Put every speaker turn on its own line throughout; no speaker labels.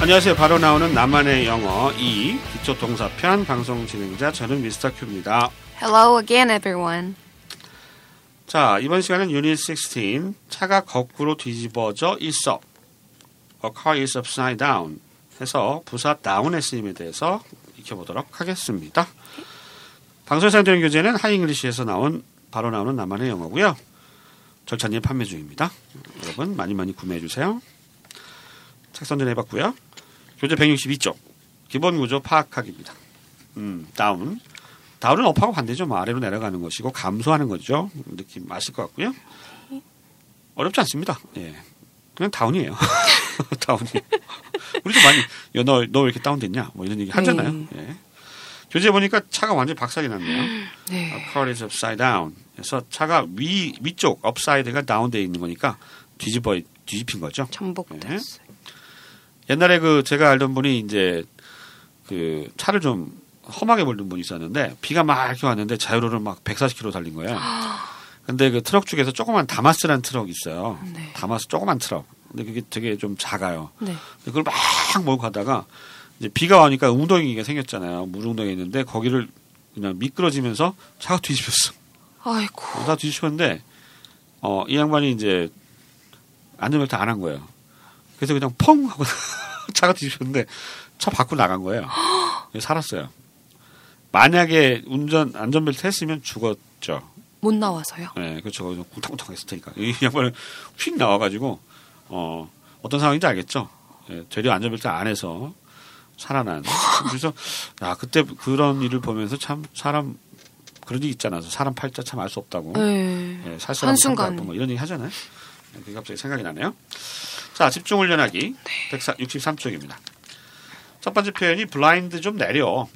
안녕하세요. 바로 나오는 나만의 영어 2 기초 동사편 방송 진행자 저는 미스터 큐입니다.
Hello again, everyone.
자, 이번 시간은 유닛 16 차가 거꾸로 뒤집어져 있어. A car is upside down 해서 부사 down의 쓰임에 대해서 익혀보도록 하겠습니다. 방송에서 되는 교재는 하잉글리시에서 나온 바로 나오는 나만의 영어고요. 절찬리 판매 중입니다. 여러분 많이 많이 구매해 주세요. 책 선전해봤고요. 교재 162쪽 기본 구조 파악하기입니다. 음, 다운. 다운은 업하고 반대죠. 뭐 아래로 내려가는 것이고 감소하는 거죠. 느낌 아실 것 같고요. 어렵지 않습니다. 예, 그냥 다운이에요. 다운이. 우리도 많이 너너 왜 이렇게 다운됐냐? 뭐 이런 얘기 하잖아요. 예. 교재 보니까 차가 완전 히 박살이 났네요.
네.
A car is upside down. 그래서 차가 위 위쪽 upside가 다운돼 있는 거니까 뒤집어 뒤집힌 거죠.
전복됐어요.
옛날에 그 제가 알던 분이 이제 그 차를 좀 험하게 몰던 분이 있었는데 비가 막 이렇게 왔는데 자유로를 막 140km 달린 거예요. 근데 그 트럭 중에서 조그만 다마스란 트럭 있어요.
네.
다마스 조그만 트럭. 근데 그게 되게 좀 작아요.
네.
그걸 막 몰고 가다가 이제 비가 오니까 웅덩이가 생겼잖아요. 물웅덩이 있는데 거기를 그냥 미끄러지면서 차가 뒤집혔어.
아이고.
다 뒤집혔는데 어, 이 양반이 이제 안전벨트 안 한 거예요. 그래서 그냥 펑 하고 차가 뒤집혔는데 차 밖으로 나간 거예요. 그래서 살았어요. 만약에 운전 안전벨트 했으면 죽었죠.
못 나와서요.
네, 그렇죠. 거기서 쿵탕쿵탕 했을 테니까. 이 양반은 휙 나와가지고, 어, 어떤 상황인지 알겠죠? 예, 되려 안전벨트 안에서 살아난. 그래서, 아, 그때 그런 일을 보면서 참 사람, 그런 일 있잖아. 사람 팔자 참 알 수 없다고.
네.
예, 살 사람
한순간.
한순간. 뭐 이런 얘기 하잖아요. 예, 그게 갑자기 생각이 나네요. 자, 집중 훈련하기. 163쪽입니다. 첫 번째 표현이 블라인드 좀 내려.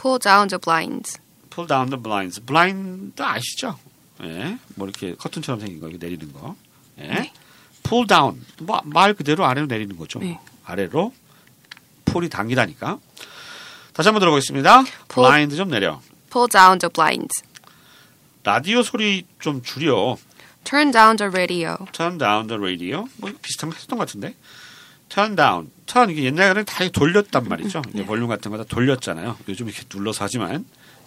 Pull down the blinds.
pull down the blinds. 블라인드 아시죠? 예. 뭐 이렇게 커튼처럼 생긴 거 이렇게 내리는 거. 예.
네.
pull down. 뭐, 말 그대로 아래로 내리는 거죠.
네.
아래로 풀이 당기다니까. 다시 한번 들어보겠습니다.
Pull-
블라인드 좀 내려.
Pull down the blinds.
라디오 소리 좀 줄여.
Turn down the radio.
turn down the radio. 뭐 비슷한 거 했던 것 같은데. turn down. turn 이게 옛날에는 다 돌렸단 말이죠.
네.
이제 볼륨 같은 거 다 돌렸잖아요. 요즘 이렇게 눌러서 하지만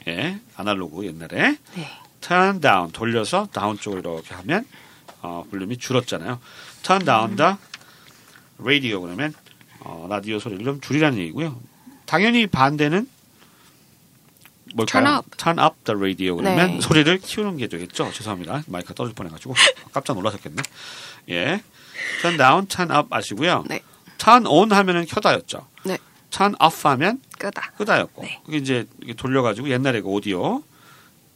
예, 아날로그 옛날에
네.
turn down 돌려서 다운 쪽으로 이렇게 하면 어, 볼륨이 줄었잖아요. turn down the radio 그러면 어, 라디오 소리를 좀 줄이라는 얘기고요. 당연히 반대는 뭘까요?
Turn up.
turn up the radio 그러면
네.
소리를 키우는 게 되겠죠. 죄송합니다. 마이크가 떨어질 뻔해가지고 깜짝 놀라셨겠네. 예, turn down, turn up 아시고요.
네.
turn on 하면은 켜다였죠.
네.
turn off 하면
끄다.
끄다였고
네.
그게 이제 이렇게 돌려가지고 옛날에 그 오디오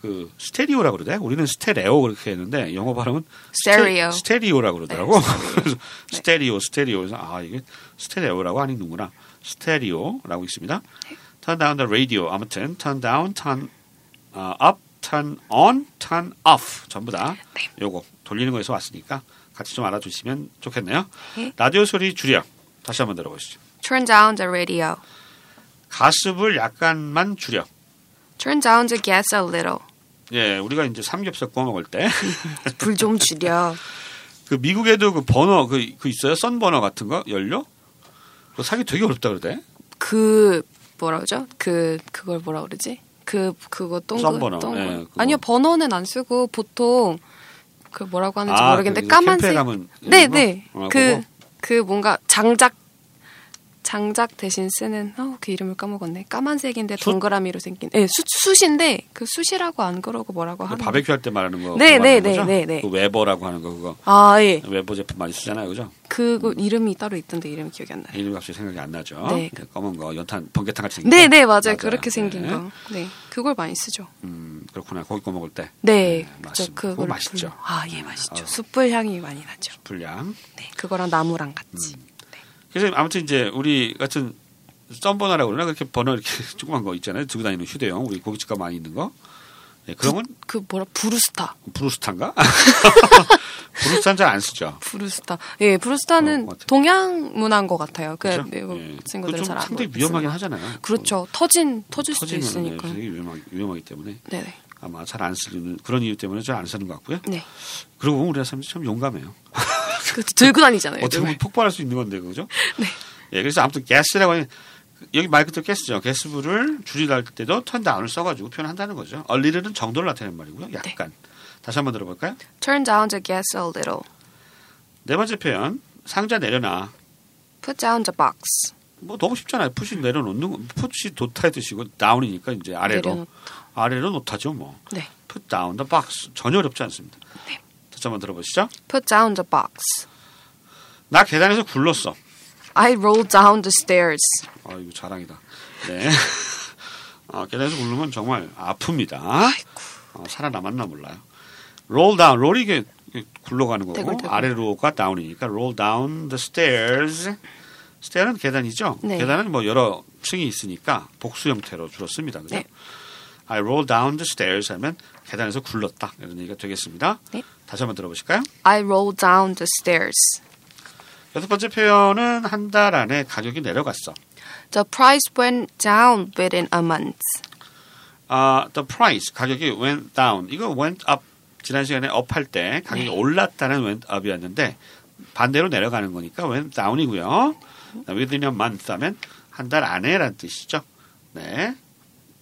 그 스테레오라 그러대. 우리는 스테레오 그렇게 했는데 영어 발음은
Stereo.
스테, 스테레오라 그러더라고. 그래서 스테레오 스테레오 그래서 아 이게 스테레오라고 안 읽는구나. 스테레오라고 있습니다. Turn down the radio 아무튼 turn down, turn 아, up, turn on, turn off 전부 다
네.
요거 돌리는 거에서 왔으니까 같이 좀 알아주시면 좋겠네요.
네.
라디오 소리 줄여. 다시 한번 들어보시죠.
Turn down the radio.
가습을 약간만 줄여.
Turn down the gas a little.
예, 우리가 이제 삼겹살 구워 먹을 때 그
불 좀 줄여.
미국에도 그 버너 그, 그 있어요? 썬 버너 같은 거 연료? 그거 사기 되게 어렵다 그러대.
그 뭐라 그러죠? 그 그걸 뭐라 그러지? 그 그거 동글
썬버너. 예, 그거.
아니요 번호는 안 쓰고 보통 그 뭐라고 하는지
아,
모르겠는데
그
까만색
캠페에 가면
네,
이런 거?
네.
아,
그,
그거?
그 뭔가 장작, 장작 대신 쓰는, 어, 그 이름을 까먹었네. 까만색인데
숯?
동그라미로 생긴, 예, 수, 숯인데, 그 숯이라고 안 그러고 뭐라고
그
하는.
바베큐 할 때 말하는 거.
아. 네,
그거
네,
말하는
네,
거죠?
네, 네.
그 웨버라고 하는 거 그거.
아, 예.
웨버 제품 많이 쓰잖아요, 그죠?
그거 이름이 따로 있던데 이름이 기억이 안 나요.
이름이 갑자기 생각이 안 나죠.
네.
그 검은 거 연탄 번개탄 같이 생긴
네,
거.
네, 맞아요. 그렇게 생긴
그러니까. 네.
거. 네. 그걸 많이 쓰죠.
음, 그렇구나. 고기 구워 먹을 때
네.
네,
그죠.
맞습니다.
그걸
그거 맛있죠.
불- 아, 예, 맛있죠.
어.
숯불 향이 많이 나죠.
불량.
네. 그거랑 나무랑 같이.
음. 그래서 아무튼 이제 우리 같은 썬버너라고 그러나 그렇게 버너 이렇게 조그만 거 있잖아요. 들고 다니는 휴대용 우리 고깃집 가 많이 있는 거. 예, 그런 건
그 뭐라, 부르스타.
브루스탄가? 브루스탄 잘 안 쓰죠.
부르스타. 예,
그런
부르스타는
것 같아요.
동양 문화인 것 같아요. 그
어, 그렇죠?
미국
예.
친구들은
그거 좀
잘안
상당히
쓰는
위험하긴
것
하잖아요.
그렇죠. 터진 터질 수도
터지면
있으니까.
되게 위험하기, 위험하기 때문에
네네.
아마 잘 안 쓰는 그런 이유 때문에 잘 안 쓰는 것 같고요.
네.
그러고 보면 우리나라 사람들이 참 용감해요.
그 들고 다니잖아요.
어떻게
요즘에.
보면 폭발할 수 있는 건데 그죠?
네.
예, 그래서 아무튼 guess라고 하는 여기 말 그대로 guess죠. guess부를 줄이할 때도 turn down을 써가지고 표현한다는 거죠. a little는 정도를 나타내는 말이고요.
네.
약간. 다시 한번 들어볼까요?
Turn down the gas a little.
네 번째 표현 상자 내려놔.
Put down the box.
뭐 너무 쉽잖아요. 푸시 내려놓는 거, 푸시 도타의 뜻이고 다운이니까 이제 아래로
내려놓-
아래로 놓다죠 뭐.
네.
Put down the box 전혀 어렵지 않습니다.
네.
다시 한번 들어보시죠.
Put down the box.
나 계단에서 굴렀어.
I rolled down the stairs.
아 이거 자랑이다. 네. 아, 계단에서 굴르면 정말 아픕니다. 아, 살아남았나 몰라요. roll down, roll 이게 이게 굴러가는 거고
대굴, 대굴.
아래로가 down이니까 roll down the stairs. stair는 계단이죠.
네.
계단은 뭐 여러 층이 있으니까 복수 형태로 줄었습니다. 그죠?
네.
I roll down the stairs 하면 계단에서 굴렀다 이런 얘기가 되겠습니다.
네.
다시 한번 들어보실까요?
I rolled down the stairs.
여섯 번째 표현은 한 달 안에 가격이 내려갔어.
The price went down within a month.
아, the price 가격이 went down. 이거 went up 지난 시간에 up 할 때 가격이 올랐다는 went up이었는데 반대로 내려가는 거니까 went down이고요. 네, within a month 하면 한 달 안에라는 뜻이죠. 네.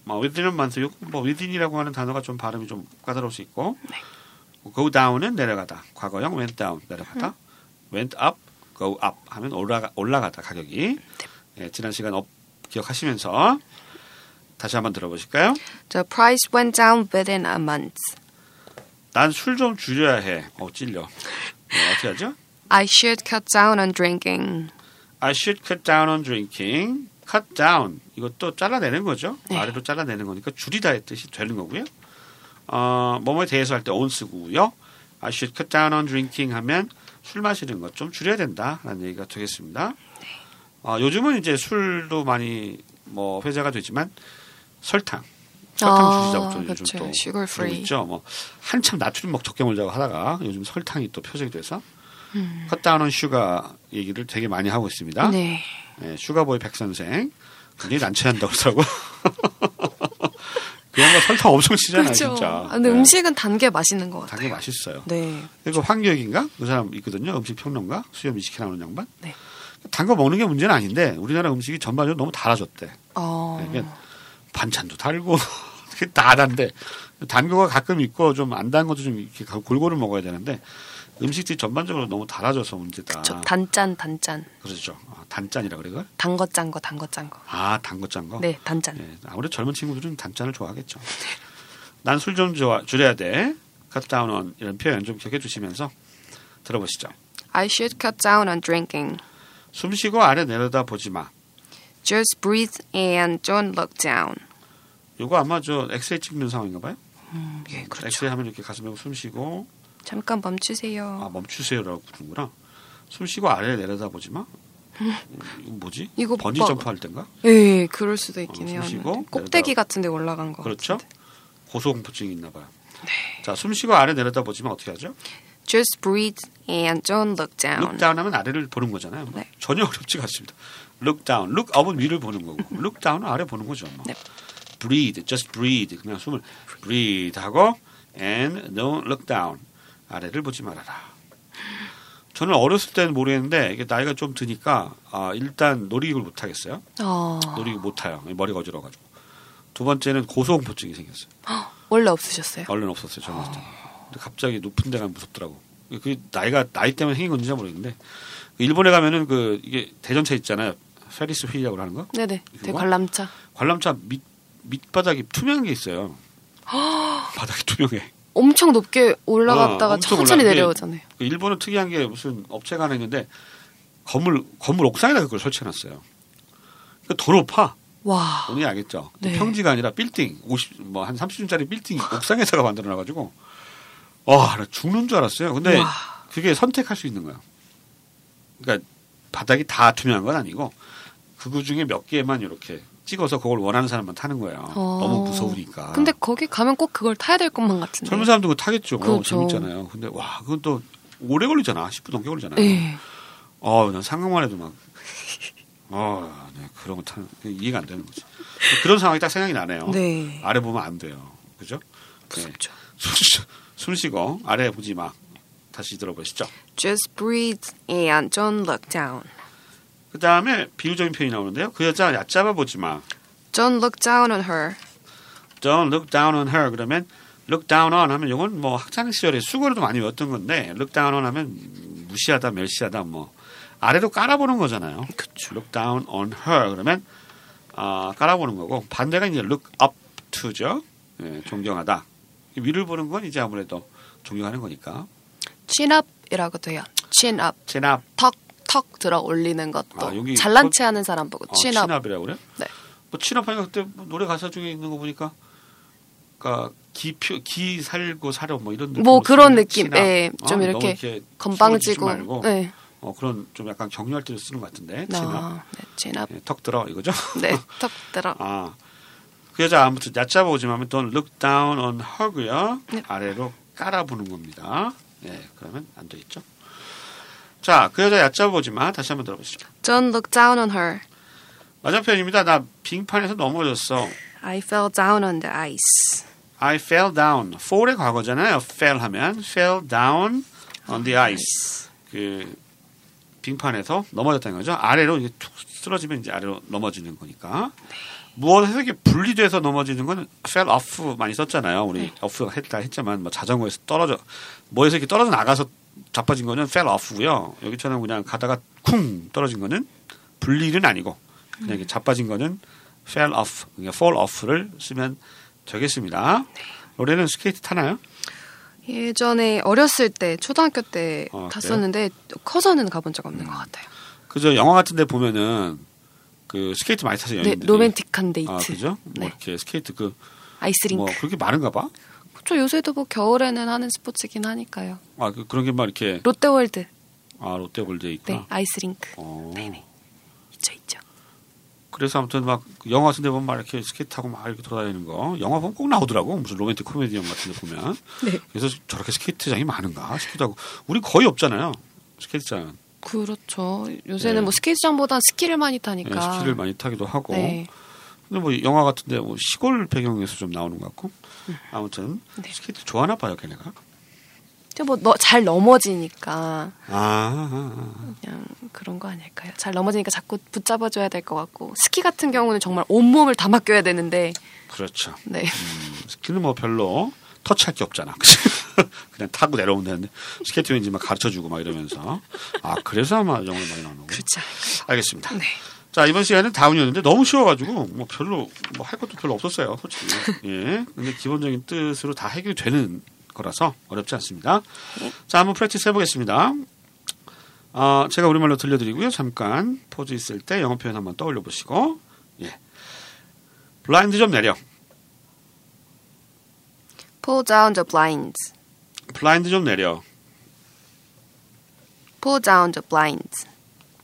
뭐 within a month 요거 뭐 within이라고 하는 단어가 좀 발음이 좀 까다로울 수 있고. go down은 내려가다. 과거형 went down 내려가다. went up go up 하면 올라가 올라가다 가격이. 예, 지난 시간 up 기억하시면서 다시 한번 들어보실까요?
The price went down within a month.
난 술 좀 줄여야 해. 어 찔려. 네, 어떻게 하죠?
I should cut down on drinking.
I should cut down on drinking. cut down 이것도 잘라내는 거죠.
네.
아래로 잘라내는 거니까 줄이다의 뜻이 되는 거고요. 어, 뭐뭐에 대해서 할 때 on 쓰고요. I should cut down on drinking 하면 술 마시는 것 좀 줄여야 된다라는 얘기가 되겠습니다. 어, 요즘은 이제 술도 많이 뭐 회자가 되지만 설탕 설탕
아,
줄이자고 또 요즘
그쵸.
또
Sugar free.
그러고 있죠. 뭐 한참 나트륨 막 적게 먹으려고 하다가 요즘 설탕이 또 표적이 돼서 컷다운 온 슈가 얘기를 되게 많이 하고 있습니다.
음. 네.
예, 슈가보이 백선생 굉장히 난처한다고 그러더라고. 그 양반 설탕 엄청 치잖아요,
그렇죠.
진짜.
아, 근데
예,
음식은 단 게 맛있는 것 같아요.
당연히 맛있어요.
네.
그리고 황교익인가 그 사람 있거든요. 음식 평론가 수염 이식해 나오는 양반.
네.
단 거 먹는 게 문제는 아닌데 우리나라 음식이 전반적으로 너무 달아졌대.
어.
네, 그러니까 반찬도 달고 그게 다 단데 단 거가 가끔 있고 좀 안 단 것도 좀 이렇게 가- 골고루 먹어야 되는데 음식들이 전반적으로 너무 달아져서 문제다.
저 단짠 단짠
그렇죠. 아, 단짠이라 그래 그걸?
단 거 짠 거 단 거 짠 거.
아, 단 거 짠 거.
네 단짠.
예, 아무래도 젊은 친구들은 단짠을 좋아하겠죠. 난 술 좀 줄여야 돼. cut down on 이런 표현 좀 기억해 주시면서 들어보시죠.
I should cut down on drinking.
숨 쉬고 아래 내려다 보지 마.
Just breathe and don't look down.
이거 아마 저 엑스레이 찍는 상황인가 봐요.
음, 예, 그렇죠.
엑스레이 하면 이렇게 가슴에 숨 쉬고
잠깐 멈추세요.
아 멈추세요라고 부르는구나. 숨 쉬고 아래 내려다 보지 마. 이거 뭐지?
이거
번지
봐-
점프할 땐가?
예, 그럴 수도 있긴
어,
해요.
숨 쉬고
꼭대기
내려다-
같은데 올라간 거.
그렇죠?
같은데. 네.
고소공포증이 있나 봐요. 자, 숨 쉬고 아래 내려다 보지만 어떻게 하죠?
Just breathe and don't look down.
look down 하면 아래를 보는 거잖아요.
네.
전혀 어렵지 않습니다. look down, look up은 위를 보는 거고, look down은 아래 보는 거죠. 뭐.
네.
breathe, just breathe 그냥 숨을 breathe 하고 and don't look down 아래를 보지 말아라. 저는 어렸을 때는 모르겠는데 이게 나이가 좀 드니까 아, 일단 놀이기구를 못 타겠어요.
어,
놀이기 못 타요. 머리가 어지러워가지고. 두 번째는 고소공포증이 생겼어요.
원래 없으셨어요?
얼른 없었어요. 젊었을 때. 근데 갑자기 높은 데 가면 무섭더라고. 그 나이가 나이 때문에 생긴 건지 잘 모르겠는데 일본에 가면은 그 이게 대전차 있잖아요. 페리스 휠이라고 하는 거.
네네.
이거?
되게 관람차.
관람차 밑 밑바닥이 투명한 게 있어요. 바닥이 투명해.
엄청 높게 올라갔다가
어, 엄청 올라간
천천히
게-
내려오잖아요.
그 일본은 특이한 게 무슨 업체가 하나 있는데 건물 건물 옥상에다 그걸 설치해놨어요. 그러니까 더 높아.
와.
본인이 알겠죠. 그
네.
평지가 아니라 빌딩 50 뭐 한 30층짜리 빌딩 옥상에다가 만들어 놔 가지고 와, 나 죽는 줄 알았어요. 근데
와.
그게 선택할 수 있는 거야. 그러니까 바닥이 다 투명한 건 아니고 그거 중에 몇 개만 이렇게 찍어서 그걸 원하는 사람만 타는 거예요.
어.
너무 무서우니까.
근데 거기 가면 꼭 그걸 타야 될 것만 같은데.
젊은 사람도 그거 타겠죠. 그
그렇죠.
재밌잖아요. 근데 와, 그건 또 오래 걸리잖아. 10분 넘게 걸리잖아요.
예.
어, 난 상상만 해도 막, 어, 네, 그런 거 타는, 이해가 안 되는 거지. 그런 상황이 딱 생각이 나네요.
네.
아래 보면 안 돼요. 그죠? 네.
무섭죠.
숨, 쉬- 숨 쉬고, 아래 보지 마. 다시 들어보시죠.
Just breathe and don't look down.
그 다음에 비유적인 표현이 나오는데요. 그 여자 얕잡아 보지 마.
Don't look down on her.
Don't look down on her. 그러면 look down on 하면 이건 뭐 학창 시절에 수고로도 많이 외웠던 건데 look down on 하면 무시하다, 멸시하다 뭐 아래로 깔아보는 거잖아요. 그렇죠. look down on her. 그러면 아, 깔아보는 거고 반대가 이제 look up to죠. 예, 존경하다. 위를 보는 건 이제 아무래도 존경하는 거니까.
Chin up이라고도 해요. Chin up.
체납
턱 턱 들어 올리는 것도
아, 여기
잘난
그-
체 하는 사람 보고
어,
chin up.
친압이라고 그래?
네.
뭐 친압하니까 그때 뭐 노래 가사 중에 있는 거 보니까 그러니까 기표 기 살고 사려 뭐 이런 느낌으로
뭐 그런
쓰는
느낌.
친압.
예, 좀
너무 숨을
이렇게
쉬지
건방지고
말고
네.
어, 그런 좀 약간 격려할 때도 쓰는 것 같은데 친압
아, 네, chin up.
예, 턱 들어 이거죠?
네, 턱 들어.
아그 여자 아무튼 얕잡아오지 마면 don't look down on her고요
네.
아래로 깔아보는 겁니다. 예 그러면 안 되겠죠? 자그 여자 얕잡아오지 마 다시 한번 들어보시죠.
Don't look down on her.
맞은편입니다. 나 빙판에서 넘어졌어.
I fell down on the ice.
I fell down. fall의 과거잖아요. fell 하면 fell down on the ice. 그 빙판에서 넘어졌다는 거죠. 아래로 이게 툭 쓰러지면 이제 아래로 넘어지는 거니까. 무엇에서 이렇게 분리돼서 넘어지는 건 fell off 많이 썼잖아요. 우리 off 했다 했지만 뭐 자전거에서 떨어져 뭐에서 이렇게 떨어져 나가서 자빠진 거는 fell off고요. 여기처럼 그냥 가다가 쿵 떨어진 거는 분리는 아니고 그냥 이렇게 자빠진 거는 fell off, 그러니까 fall off를 쓰면 되겠습니다. 노래는 스케이트 타나요?
예전에 어렸을 때 초등학교 때
아, 음.
탔었는데 커서는 가본 적 없는 것 같아요.
그저 영화 같은데 보면은 그 스케이트 많이 타세요.
네,
연인들이.
로맨틱한 데이트.
아 그죠? 뭐
네.
이렇게 스케이트 그 뭐
아이스링크.
그렇게 많은가 봐.
그쵸, 요새도 뭐 겨울에는 하는 스포츠긴 하니까요.
아 그, 런 게 막 이렇게
롯데월드.
아 롯데월드에
네,
있구나.
아이스링크.
어.
네네. 있죠, 있죠.
그래서 아무튼 막 영화 같은데 보면 막 이렇게 스케이트 타고 막 이렇게 돌아다니는 거 영화 보면 꼭 나오더라고 무슨 로맨틱 코미디 영화 같은데 보면.
네.
그래서 저렇게 스케이트장이 많은가 싶기도 하고 우리 거의 없잖아요 스케이트장.
그렇죠. 요새는
네.
뭐 스케이트장보단 스키를 많이
예,
타니까.
스키를 많이 타기도 하고.
그러니까. 네.
근데 뭐 영화 같은데 뭐 시골 배경에서 좀 나오는 것 같고 아무튼
네.
스케이트 좋아하나 봐요 걔네가.
뭐잘 넘어지니까
아, 아, 아.
그냥 그런 거 아닐까요? 잘 넘어지니까 자꾸 붙잡아줘야 될 것 같고 스키 같은 경우는 정말 온 몸을 다 맡겨야 되는데
그렇죠.
네.
스키는 뭐 별로 터치할 게 없잖아. 그냥 타고 내려오면 되는데 스케이트 왠지 막 가르쳐주고 막 이러면서 아 그래서 아마 영어를 많이 나오는 거고.
그렇지 않을까.
알겠습니다.
그렇죠. 네.
자 이번 시간은 다운이었는데 너무 쉬워가지고 뭐 별로 뭐 할 것도 별로 없었어요 솔직히. 예. 근데 기본적인 뜻으로 다 해결되는 거라서 어렵지 않습니다. 자 한번 프랙티스 해보겠습니다. 아 제가 우리말로 들려드리고요. 잠깐 포즈 있을 때 영어 표현 한번 떠올려 보시고 예. 블라인드 좀 내려.
Pull down the blinds.
블라인드 좀 내려.
Pull down the blinds.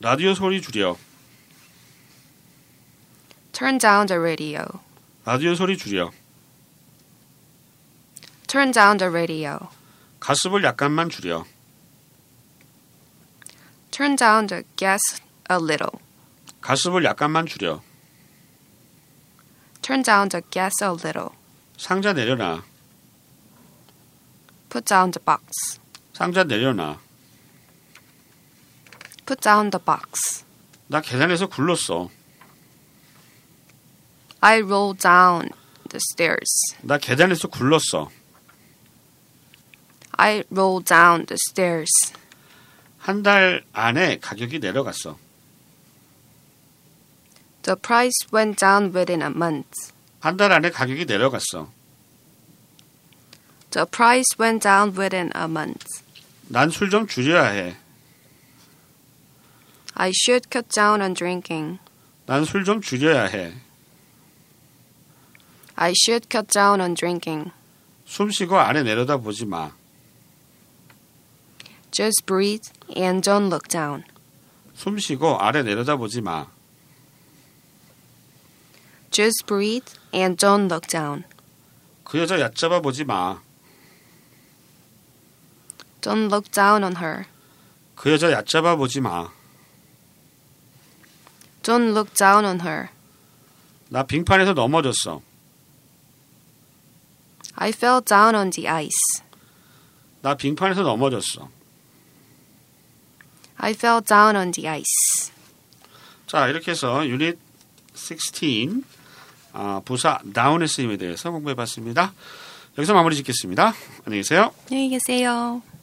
라디오 소리 줄여.
Turn down the radio.
라디오 소리 줄여.
Turn down the radio.
가습을 약간만 줄여.
Turn down the gas a little.
가습을 약간만 줄여.
Turn down the gas a little.
상자 내려놔.
Put down the box.
상자 내려놔.
Put down the box.
나 계단에서 굴렀어.
I roll down the stairs.
나 계단에서 굴렀어.
I roll down the stairs.
한 달 안에 가격이 내려갔어.
The price went down within a month.
한 달 안에 가격이 내려갔어.
The price went down within a month.
난 술 좀 줄여야 해.
I should cut down on drinking.
난 술 좀 줄여야 해.
I should cut down on drinking.
숨 쉬고 아래 내려다 보지 마.
Just breathe and don't look down.
숨 쉬고 아래 내려다 보지 마.
Just breathe and don't look down.
그 여자 얕잡아 보지 마.
Don't look down on her.
그 여자 얕잡아 보지 마.
Don't look down on her.
나 빙판에서 넘어졌어.
I fell down on the ice.
나 빙판에서 넘어졌어.
I fell down on the ice.
자, 이렇게 해서 유닛 16 아, 부사 down의 쓰임에 대해서 공부해 봤습니다. 여기서 마무리 짓겠습니다. 안녕히 계세요.
안녕히 계세요.